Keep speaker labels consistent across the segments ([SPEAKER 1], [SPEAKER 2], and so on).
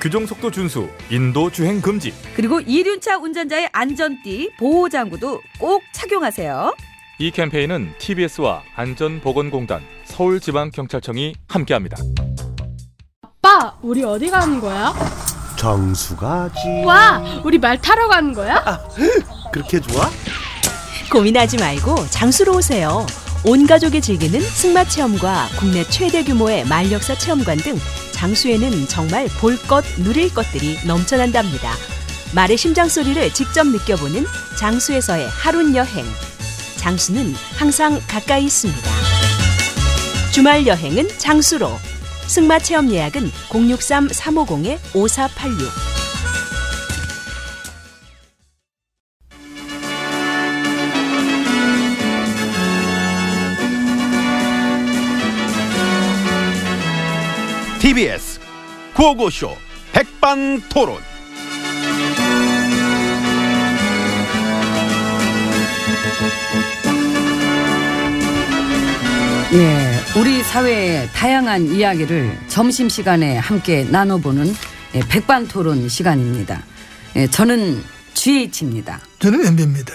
[SPEAKER 1] 규정속도 준수, 인도 주행 금지.
[SPEAKER 2] 그리고 이륜차 운전자의 안전띠, 보호장구도 꼭 착용하세요.
[SPEAKER 1] 이 캠페인은 TBS와 안전보건공단, 서울지방경찰청이 함께합니다.
[SPEAKER 3] 아빠, 우리 어디 가는 거야?
[SPEAKER 4] 정수 가지.
[SPEAKER 3] 와, 우리 말 타러 가는 거야?
[SPEAKER 4] 그렇게 좋아?
[SPEAKER 5] 고민하지 말고 장수로 오세요. 온 가족이 즐기는 승마 체험과 국내 최대 규모의 말력사 체험관 등 장수에는 정말 볼 것, 누릴 것들이 넘쳐난답니다. 말의 심장 소리를 직접 느껴보는 장수에서의 하룬 여행. 장수는 항상 가까이 있습니다. 주말 여행은 장수로. 승마 체험 예약은 063-350-5486.
[SPEAKER 6] TBS 구호고쇼 백반토론.
[SPEAKER 7] 예, 우리 사회의 다양한 이야기를 점심시간에 함께 나눠보는 예, 백반토론 시간입니다. 예, 저는 GH입니다.
[SPEAKER 8] 저는 엠비입니다.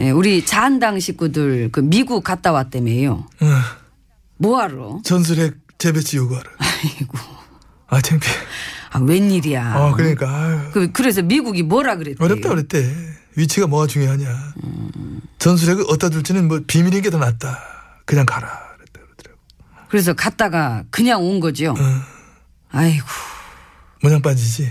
[SPEAKER 7] 예, 우리 자한당 식구들 그 미국 갔다 왔다며요.
[SPEAKER 8] 예.
[SPEAKER 7] 뭐하러?
[SPEAKER 8] 전술핵 재배치 요구하러.
[SPEAKER 7] 아이고,
[SPEAKER 8] 아 창피해.
[SPEAKER 7] 아, 예. 웬일이야.
[SPEAKER 8] 어 그러니까 아유,
[SPEAKER 7] 그, 래서 미국이 뭐라 그랬대?
[SPEAKER 8] 어렵다 어렵대. 위치가 뭐가 중요하냐.
[SPEAKER 7] 음.
[SPEAKER 8] 전술핵을 어디다 둘지는 뭐 비밀인 게 더 낫다. 그냥 가라. 그랬다 그러더라고.
[SPEAKER 7] 그래서 갔다가 그냥 온 거죠.
[SPEAKER 8] 예.
[SPEAKER 7] 아이고,
[SPEAKER 8] 모양 빠지지.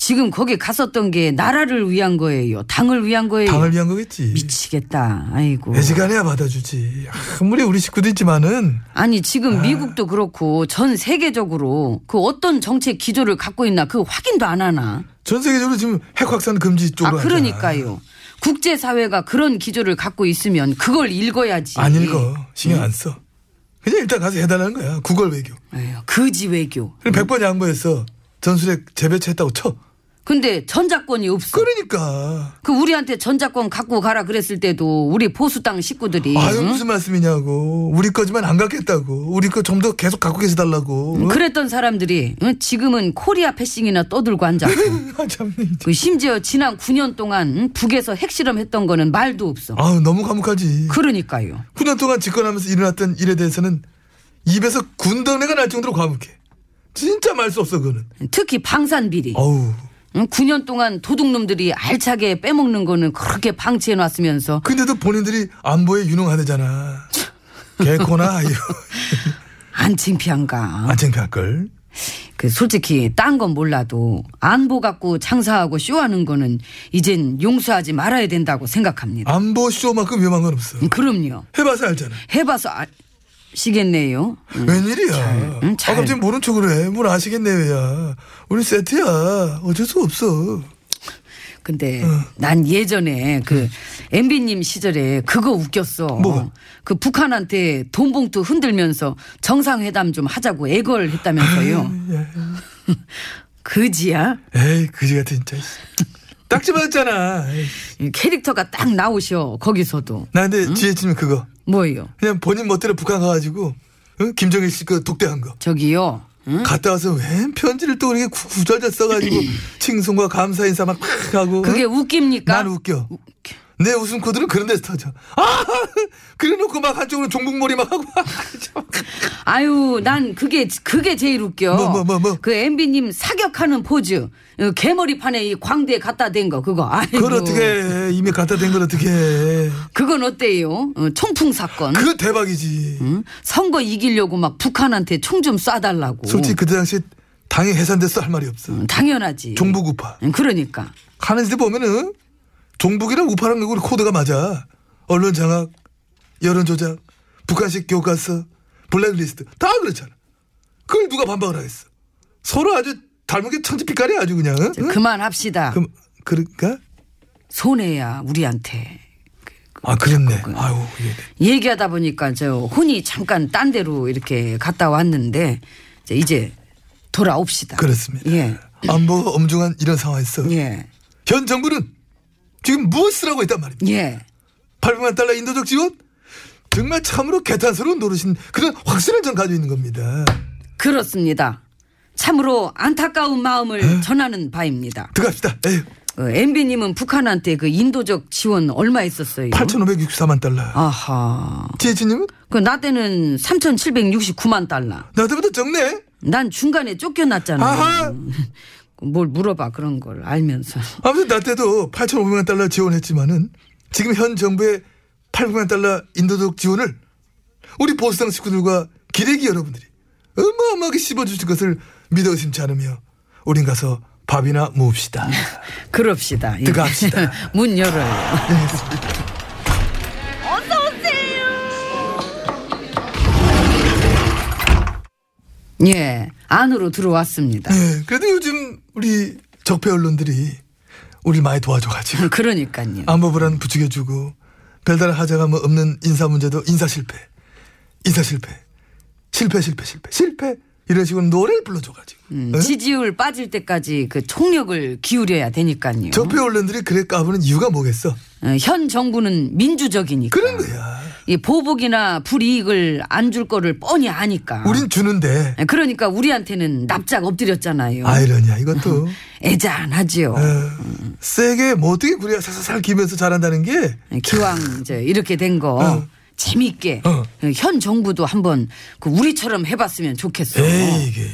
[SPEAKER 7] 지금 거기 갔었던 게 나라를 위한 거예요. 당을 위한 거예요.
[SPEAKER 8] 당을 위한 거겠지.
[SPEAKER 7] 미치겠다. 아이고.
[SPEAKER 8] 애지간해야 받아주지. 아무리 우리 식구도 있지만은
[SPEAKER 7] 아니 지금 미국도 그렇고 전 세계적으로 그 어떤 정책 기조를 갖고 있나 그 확인도 안 하나.
[SPEAKER 8] 전 세계적으로 지금 핵 확산 금지
[SPEAKER 7] 아
[SPEAKER 8] 쪽으로. 하잖아.
[SPEAKER 7] 그러니까요. 국제 사회가 그런 기조를 갖고 있으면 그걸 읽어야지.
[SPEAKER 8] 안 읽어. 신경 안 써. 그냥 일단 가서 해달라는 거야. 구걸 외교.
[SPEAKER 7] 에휴, 예, 거지 외교.
[SPEAKER 8] 그럼 100번 양보해서 전술핵 재배치했다고 쳐.
[SPEAKER 7] 근데 전작권이 없어. 그
[SPEAKER 8] 그러니까.
[SPEAKER 7] 우리한테 전작권 갖고 가라 그랬을 때도 우리 보수당 식구들이
[SPEAKER 8] 아유
[SPEAKER 7] 응?
[SPEAKER 8] 무슨 말씀이냐고 우리 거지만 안 갖겠다고 우리 거 좀 더 계속 갖고 계시달라고 응?
[SPEAKER 7] 음, 그랬던 사람들이 응? 지금은 코리아 패싱이나 떠들고 앉아.
[SPEAKER 8] 아, 참
[SPEAKER 7] 그 심지어 지난 9년 동안 응? 북에서 핵실험했던 거는 말도 없어.
[SPEAKER 8] 아유 너무 감옥하지
[SPEAKER 7] 그러니까요.
[SPEAKER 8] 9년 동안 집권하면서 일어났던 일에 대해서는 입에서 군더내가 날 정도로 과묵해 진짜 말 수 없어 그거는
[SPEAKER 7] 특히 방산 비리.
[SPEAKER 8] 어우
[SPEAKER 7] 응? 9년 동안 도둑놈들이 알차게 빼먹는 거는 그렇게 방치해 놨으면서
[SPEAKER 8] 근데도 본인들이 안보에 유능하대잖아 개코나 아유
[SPEAKER 7] 안 창피한가.
[SPEAKER 8] 안 창피할걸
[SPEAKER 7] 그 솔직히 딴 건 몰라도 안보 갖고 장사하고 쇼하는 거는 이젠 용서하지 말아야 된다고 생각합니다.
[SPEAKER 8] 안보 쇼만큼 위험한 건 없어
[SPEAKER 7] 응, 그럼요.
[SPEAKER 8] 해봐서 알잖아
[SPEAKER 7] 해봐서 아시겠네요. 응.
[SPEAKER 8] 웬일이야
[SPEAKER 7] 응,
[SPEAKER 8] 아
[SPEAKER 7] 음, 잘.
[SPEAKER 8] 갑자기 모른 척을 해뭘 아시겠네 왜야 우리 세트야 어쩔 수 없어
[SPEAKER 7] 근데 난 예전에 그 MB님 시절에 그거 웃겼어.
[SPEAKER 8] 뭐가?
[SPEAKER 7] 그 북한한테 돈봉투 흔들면서 정상회담 좀 하자고 애걸 했다면서요.
[SPEAKER 8] 아, 예,
[SPEAKER 7] 그지야?
[SPEAKER 8] 에이 그지 같은 진짜 딱 집어졌잖아
[SPEAKER 7] 이 캐릭터가 딱 나오셔 거기서도
[SPEAKER 8] 나 근데 지혜치면 그거
[SPEAKER 7] 뭐예요
[SPEAKER 8] 그냥 본인 멋대로 북한 가가지고 응? 김정일 씨 그 독대한 거
[SPEAKER 7] 저기요 응?
[SPEAKER 8] 갔다 와서 웬 편지를 또 이렇게 구- 구절절 써가지고 칭송과 감사 인사 막 팍 하고
[SPEAKER 7] 그게
[SPEAKER 8] 응?
[SPEAKER 7] 웃깁니까
[SPEAKER 8] 난 웃겨 내 웃음 코드는 그런 데서 터져 아 그래놓고 막 한쪽으로 종북몰이 막 하고
[SPEAKER 7] 아유 난 그게 그게 제일 웃겨
[SPEAKER 8] 뭐, 뭐, 뭐, 뭐?
[SPEAKER 7] 그 MB님 사격하는 포즈 어, 개머리판에 이 광대 갖다 댄 거 그거 아이고
[SPEAKER 8] 그걸 어떻게 이미 갖다 댄 걸 어떻게 해
[SPEAKER 7] 그건 어때요 어, 총풍 사건
[SPEAKER 8] 그거 대박이지
[SPEAKER 7] 응? 선거 이기려고 막 북한한테 총 좀 쏴달라고
[SPEAKER 8] 솔직히 그때 당시 당이 해산됐어 할 말이 없어
[SPEAKER 7] 응, 당연하지
[SPEAKER 8] 종북 우파
[SPEAKER 7] 응, 그러니까
[SPEAKER 8] 가는 시대 보면은 종북이랑 우파랑 우리 코드가 맞아. 언론 장악, 여론 조작, 북한식 교과서, 블랙리스트 다 그렇잖아. 그걸 누가 반박을 하겠어? 서로 아주 닮은 게 천지빛깔이 아주 그냥. 응? 그러니까?
[SPEAKER 7] 이제 그만합시다.
[SPEAKER 8] 그럼 그럴까?
[SPEAKER 7] 손해야 우리한테.
[SPEAKER 8] 아 그렇네. 아유 예.
[SPEAKER 7] 얘기하다 보니까 저 혼이 잠깐 딴 데로 이렇게 갔다 왔는데 이제, 이제 돌아옵시다.
[SPEAKER 8] 그렇습니다.
[SPEAKER 7] 예.
[SPEAKER 8] 안보가 엄중한 이런 상황에서
[SPEAKER 7] 예.
[SPEAKER 8] 현 정부는 지금 무엇을 하고 있단 말입니까?
[SPEAKER 7] 예.
[SPEAKER 8] 800만 달러 인도적 지원? 정말 참으로 개탄스러운 노릇인 그런 확신을 전 가지고 있는 겁니다.
[SPEAKER 7] 그렇습니다. 참으로 안타까운 마음을 전하는 바입니다.
[SPEAKER 8] 들어갑시다. 에휴,
[SPEAKER 7] 어, MB님은 북한한테 그 인도적 지원 얼마 있었어요?
[SPEAKER 8] 8,564만 달러.
[SPEAKER 7] 아. 아하.
[SPEAKER 8] 지혜진님은?
[SPEAKER 7] 그 나 때는 3,769만 달러.
[SPEAKER 8] 나보다 적네?
[SPEAKER 7] 난 중간에 쫓겨났잖아.
[SPEAKER 8] 아하.
[SPEAKER 7] 뭘 물어봐 그런 걸 알면서.
[SPEAKER 8] 아무튼 나 때도 8,500만 달러 지원했지만은 지금 현 정부의 800만 달러 인도적 지원을 우리 보수당 식구들과 기레기 여러분들이 어마어마하게 씹어주실 것을 믿어 의심치 않으며 우린 가서 밥이나 모읍시다.
[SPEAKER 7] 그럽시다. 예.
[SPEAKER 8] 들어갑시다. 네.
[SPEAKER 7] 문 열어요. 예, 안으로 들어왔습니다.
[SPEAKER 8] 예, 그래도 요즘 우리 적폐 언론들이 우리를 많이 도와줘가지고
[SPEAKER 7] 그러니까요.
[SPEAKER 8] 안보 불안 부추겨주고 별다른 하자가 뭐 없는 인사 문제도 인사 실패, 인사 실패, 실패 실패 실패 실패 이런 식으로 노래를 불러줘가지고
[SPEAKER 7] 음,
[SPEAKER 8] 응?
[SPEAKER 7] 지지율 빠질 때까지 그 총력을 기울여야 되니까요.
[SPEAKER 8] 적폐 언론들이 그래 까부는 이유가 뭐겠어?
[SPEAKER 7] 어, 현 정부는 민주적이니까.
[SPEAKER 8] 그런 거야.
[SPEAKER 7] 이 보복이나 불이익을 안 줄 거를 뻔히 아니까.
[SPEAKER 8] 우린 주는데
[SPEAKER 7] 그러니까 우리한테는 납작 엎드렸잖아요.
[SPEAKER 8] 아이러니야
[SPEAKER 7] 음.
[SPEAKER 8] 이것도
[SPEAKER 7] 애잔하지요.
[SPEAKER 8] 어, 세게 뭐 어떻게 구려야 살살 기면서 잘한다는 게
[SPEAKER 7] 예, 기왕 이제 이렇게 된 거
[SPEAKER 8] 어.
[SPEAKER 7] 재밌게 예,
[SPEAKER 8] 어.
[SPEAKER 7] 현 정부도 한번 그 우리처럼 해봤으면 좋겠어.
[SPEAKER 8] 에이 이게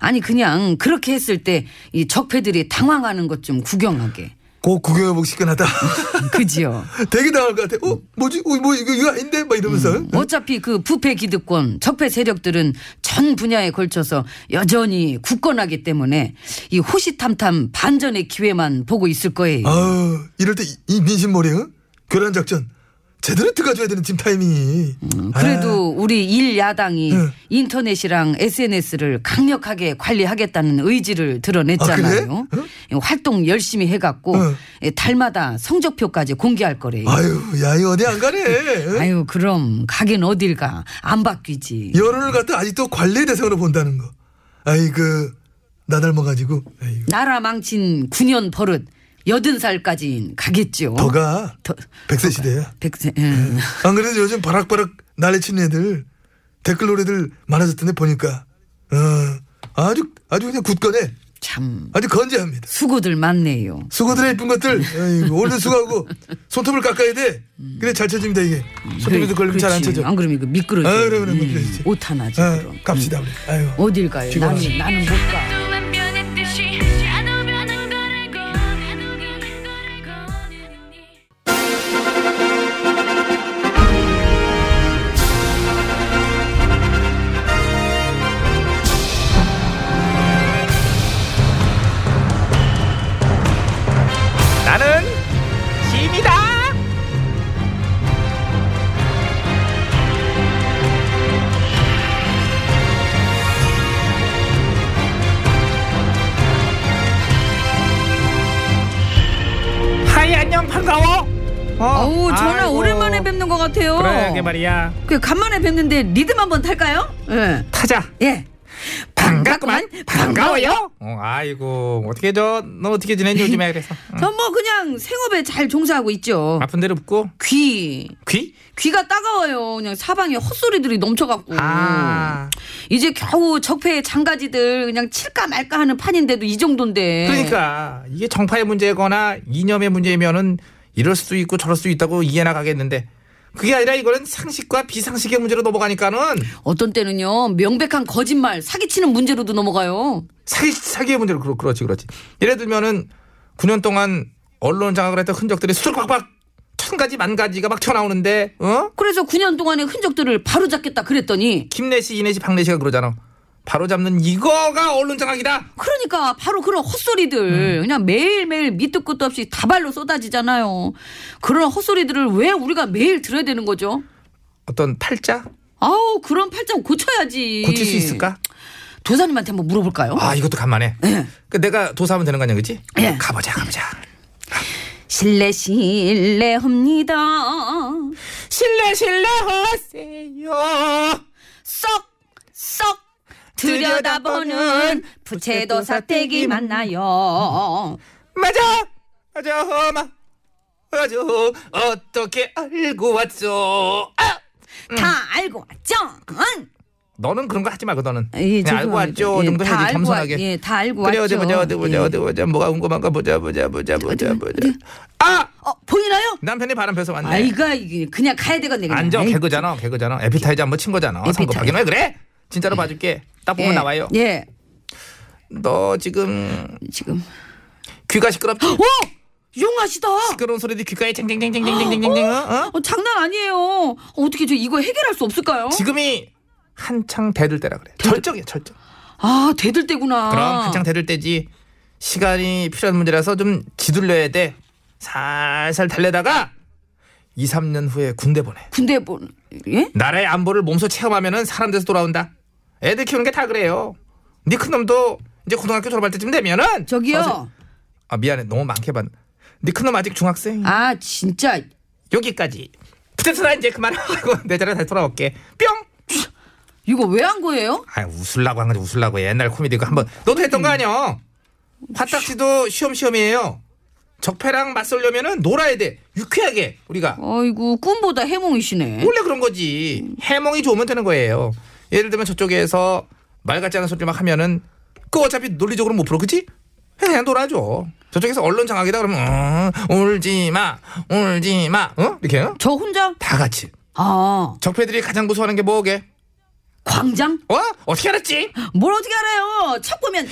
[SPEAKER 7] 아니 그냥 그렇게 했을 때 이 적폐들이 당황하는 것 좀 구경하게.
[SPEAKER 8] 꼭 구경해보기 시끄하다
[SPEAKER 7] 그지요.
[SPEAKER 8] 되게 당할 것 같아. 어 뭐지? 어, 뭐 이거 이거 아닌데? 막 이러면서
[SPEAKER 7] 어차피 그 부패 기득권, 적폐 세력들은 전 분야에 걸쳐서 여전히 굳건하기 때문에 이 호시탐탐 반전의 기회만 보고 있을 거예요.
[SPEAKER 8] 아 이럴 때 이 민심머리 응? 교란 작전 제대로 들어가줘야 되는 지금 타이밍이
[SPEAKER 7] 음,
[SPEAKER 8] 아,
[SPEAKER 7] 그래도
[SPEAKER 8] 네.
[SPEAKER 7] 우리 일 야당이
[SPEAKER 8] 응.
[SPEAKER 7] 인터넷이랑 SNS를 강력하게 관리하겠다는 의지를 드러냈잖아요.
[SPEAKER 8] 아, 그래?
[SPEAKER 7] 활동 열심히 해갖고 예,
[SPEAKER 8] 응.
[SPEAKER 7] 달마다 성적표까지 공개할 거래요.
[SPEAKER 8] 아, 예? 유 야이 어디 안 가네 응?
[SPEAKER 7] 아유 그럼 가긴 어딜 가. 안 바뀌지.
[SPEAKER 8] 여론을 갖다 아직도 관례 대상으로 본다는 거 아이 그나 닮아가지고 아이고.
[SPEAKER 7] 나라 망친 9년 버릇 여든 살까지 가겠지요.
[SPEAKER 8] 더가
[SPEAKER 7] 더-
[SPEAKER 8] 백세 시대야
[SPEAKER 7] 백세.
[SPEAKER 2] 예.
[SPEAKER 7] 음.
[SPEAKER 8] 안 그래도 요즘 바락바락 난리치는 애들 댓글 노래들 많아졌던데 보니까 어, 아주 아주 그냥 굳건해
[SPEAKER 7] 참
[SPEAKER 8] 아주 건재합니다
[SPEAKER 7] 수고들 많네요.
[SPEAKER 8] 수고들의 이쁜 것들 아이고, 오늘도 수고하고 손톱을 깎아야 돼 그래 잘 쳐집니다 이게 손톱에도 걸리면 잘 안
[SPEAKER 7] 그렇지.
[SPEAKER 8] 쳐져
[SPEAKER 7] 안 그러면 이거 미끄러져.
[SPEAKER 8] 아, 그래,
[SPEAKER 2] 음.
[SPEAKER 8] 그래, 그래, 그렇지.
[SPEAKER 7] 옷 하나지
[SPEAKER 8] 아,
[SPEAKER 7] 그럼.
[SPEAKER 8] 갑시다 우리 아유
[SPEAKER 7] 음. 어딜 가요?
[SPEAKER 8] 피곤하다.
[SPEAKER 7] 나는 나는 못 가.
[SPEAKER 9] 나는 짐이다. 하이 안녕 반가워. 어,
[SPEAKER 2] 어우 전화
[SPEAKER 9] 아이고.
[SPEAKER 2] 오랜만에 뵙는 것 같아요.
[SPEAKER 9] 그래 이게 말이야.
[SPEAKER 2] 그 간만에 뵙는데 리듬 한번 탈까요? 예.
[SPEAKER 9] 타자.
[SPEAKER 2] 예. 반갑구만. 반가워요.
[SPEAKER 9] 어, 아이고 어떻게 저 너 어떻게 지내니 요즘에 그래서 응.
[SPEAKER 2] 전 뭐 그냥 생업에 잘 종사하고 있죠.
[SPEAKER 9] 아픈 데로 붓고
[SPEAKER 2] 귀
[SPEAKER 9] 귀?
[SPEAKER 2] 귀가 따가워요. 그냥 사방에 헛소리들이 넘쳐갖고.
[SPEAKER 9] 아
[SPEAKER 2] 이제 겨우 적폐의 장가지들 그냥 칠까 말까 하는 판인데도 이
[SPEAKER 7] 네.
[SPEAKER 2] 정도인데.
[SPEAKER 9] 그러니까 이게 정파의 문제거나 이념의 문제면은 이럴 수도 있고 저럴 수도 있다고 이해나 가겠는데 그게 아니라 이거는 상식과 비상식의 문제로 넘어가니까는
[SPEAKER 2] 어떤 때는요 명백한 거짓말 사기치는 문제로도 넘어가요.
[SPEAKER 9] 사기, 사기의 문제로 그렇, 그렇지 그렇지 예를 들면은 9년 동안 언론 장악을 했던 흔적들이 수두룩박박 천 가지 만 가지가 막 튀어나오는데 어?
[SPEAKER 2] 그래서 9년 동안의 흔적들을 바로잡겠다 그랬더니
[SPEAKER 9] 김래 씨, 이내 씨, 박래 씨가 그러잖아 바로 잡는 이거가 언론 장악이다
[SPEAKER 2] 그러니까 바로 그런
[SPEAKER 9] 음.
[SPEAKER 2] 헛소리들 그냥 매일매일 밑도 끝도 없이 다발로 쏟아지잖아요. 그런 헛소리들을 왜 우리가 매일 들어야 되는 거죠?
[SPEAKER 9] 어떤 팔자?
[SPEAKER 2] 아우 그런 팔짱 고쳐야지.
[SPEAKER 9] 고칠 수 있을까?
[SPEAKER 7] 도사님한테 한번 물어볼까요?
[SPEAKER 8] 아 이것도 간만에.
[SPEAKER 2] 예.
[SPEAKER 8] 그 내가 도사하면 되는 거 아니야, 그지?
[SPEAKER 7] 네. 예.
[SPEAKER 8] 가보자, 가보자.
[SPEAKER 7] 실례 실례합니다.
[SPEAKER 8] 실례 실례 하세요.
[SPEAKER 7] 쏙쏙 들여다보는 부채도 사태기 만나요.
[SPEAKER 8] 맞아, 맞아, 엄마. 맞아, 어떻게 알고 왔죠? 아!
[SPEAKER 7] 다 알고 왔죠? 응?
[SPEAKER 8] 너는 그런 거 하지 말고 너는.
[SPEAKER 7] 예,
[SPEAKER 8] 그냥 네, 알고
[SPEAKER 7] 죄송합니다.
[SPEAKER 8] 왔죠
[SPEAKER 7] 예,
[SPEAKER 8] 정도
[SPEAKER 7] 다
[SPEAKER 8] 해야지
[SPEAKER 7] 알고
[SPEAKER 8] 겸손하게.
[SPEAKER 7] 왔- 예, 다 알고
[SPEAKER 8] 그래, 어디
[SPEAKER 7] 왔죠.
[SPEAKER 8] 보자, 어디 보자,
[SPEAKER 7] 예.
[SPEAKER 8] 어디 보자. 뭐가 궁금한가 보자, 보자, 보자, 보자, 보자. 아,
[SPEAKER 7] 어 보이나요?
[SPEAKER 8] 남편이 바람 펴서 왔네.
[SPEAKER 7] 아이가 이게 그냥 가야 되겠네. 그냥.
[SPEAKER 8] 앉아
[SPEAKER 7] 에이,
[SPEAKER 8] 개그잖아 개그잖아 에피타이즈 한번 친 거잖아
[SPEAKER 7] 에피타이즈.
[SPEAKER 8] 성급하긴 왜 그래 진짜로 봐줄게 딱 보면
[SPEAKER 7] 예.
[SPEAKER 8] 나와요
[SPEAKER 7] 예,
[SPEAKER 8] 너 지금
[SPEAKER 7] 지금. 어!
[SPEAKER 8] 귀가 시끄럽지
[SPEAKER 7] 오, 용하시다.
[SPEAKER 8] 시끄러운 소리도 귓가에 쨍쨍쨍쨍쨍쨍쨍쨍 어? 어?
[SPEAKER 7] 어, 장난 아니에요. 어떻게 저 이거 해결할 수 없을까요?
[SPEAKER 8] 지금이 한창 대들 때라 그래 절정이야 절정
[SPEAKER 7] 아, 대들 때구나.
[SPEAKER 8] 그럼 한창 대들 때지 시간이 필요한 문제라서 좀 지둘려야 돼 살살 달래다가 2, 3년 후에 군대 보내
[SPEAKER 7] 군대 뭐 예?
[SPEAKER 8] 나라의 안보를 몸소 체험하면은 사람 돼서 돌아온다. 애들 키우는 게 다 그래요. 네 큰 놈도 이제 고등학교 졸업할 때쯤 되면은
[SPEAKER 7] 저기요.
[SPEAKER 8] 어서- 아 미안해 너무 많게 봤. 네큰 놈 아직 중학생.
[SPEAKER 7] 아, 진짜
[SPEAKER 8] 여기까지. 부채서 나 이제 그만하고 내 자리에 다시 돌아올게. 뿅.
[SPEAKER 7] 이거 왜 한 거예요?
[SPEAKER 8] 아 웃으려고 한 거지 웃으려고 옛날 코미디 그 한번 너도 했던 거 아니야? 화딱지도 시험시험이에요. 적폐랑 맞설려면은 놀아야 돼. 유쾌하게 우리가.
[SPEAKER 7] 아이고, 꿈보다 해몽이시네.
[SPEAKER 8] 원래 그런 거지. 해몽이 좋으면 되는 거예요. 예를 들면 저쪽에서 말 같지 않은 소리 막 하면은 그 어차피 논리적으로 못 풀어, 그치? 그냥 놀아줘. 저쪽에서 언론 장악이다 그러면 어, 울지 마, 울지 마, 어? 이렇게 요
[SPEAKER 7] 저 혼자?
[SPEAKER 8] 다 같이.
[SPEAKER 7] 아,
[SPEAKER 8] 적폐들이 가장 무서워하는 게 뭐게?
[SPEAKER 7] 광장?
[SPEAKER 8] 어? 어떻게 알았지?
[SPEAKER 7] 뭘 어떻게 알아요? 척 보면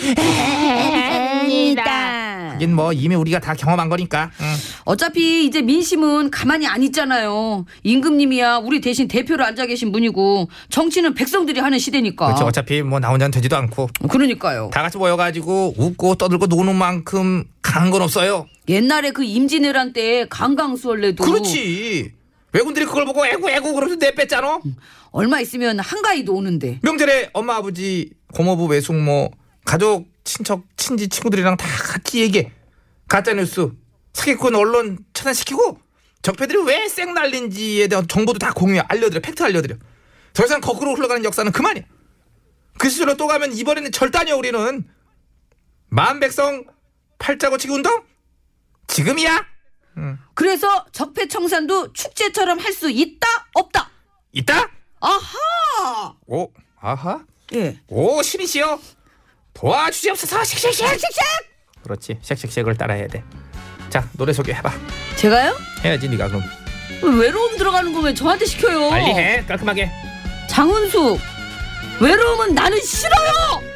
[SPEAKER 7] 합니다.
[SPEAKER 8] 이긴 뭐 이미 우리가 다 경험한 거니까. 응.
[SPEAKER 7] 어차피 이제 민심은 가만히 안 있잖아요. 임금님이야 우리 대신 대표로 앉아 계신 분이고 정치는 백성들이 하는 시대니까.
[SPEAKER 8] 그렇죠. 어차피 뭐 나 혼자는 되지도 않고
[SPEAKER 7] 그러니까요.
[SPEAKER 8] 다 같이 모여가지고 웃고 떠들고 노는 만큼 강한 건 없어요.
[SPEAKER 7] 옛날에 그 임진왜란 때 강강수월래도
[SPEAKER 8] 그렇지. 외군들이 그걸 보고 애고 애고 그러면서 내뺐잖아.
[SPEAKER 7] 얼마 있으면 한가위도 오는데
[SPEAKER 8] 명절에 엄마 아버지 고모부 외숙모 가족 친척 친지 친구들이랑 다 같이 얘기해 가짜 뉴스 사기꾼 언론 차단시키고 적폐들이 왜 쌩 날린지에 대한 정보도 다 공유해 알려드려 팩트 알려드려 더 이상 거꾸로 흘러가는 역사는 그만이야 그 시절로 또 가면 이번에는 절단이야 우리는 만백성 팔자고치기 운동 지금이야
[SPEAKER 7] 그래서 적폐청산도 축제처럼 할 수 있다 없다
[SPEAKER 8] 있다
[SPEAKER 7] 아하
[SPEAKER 8] 오 아하
[SPEAKER 7] 예
[SPEAKER 8] 오 신이시여 도와주시옵소서 쉑쉑쉑 그렇지 쉑쉑쉑을 따라해야 돼자 노래 소개해봐
[SPEAKER 7] 제가요
[SPEAKER 8] 해야지 네가 그럼
[SPEAKER 7] 어. 외로움 들어가는 거면 저한테 시켜요
[SPEAKER 8] 빨리 해 깔끔하게
[SPEAKER 7] 장은숙 외로움은 나는 싫어요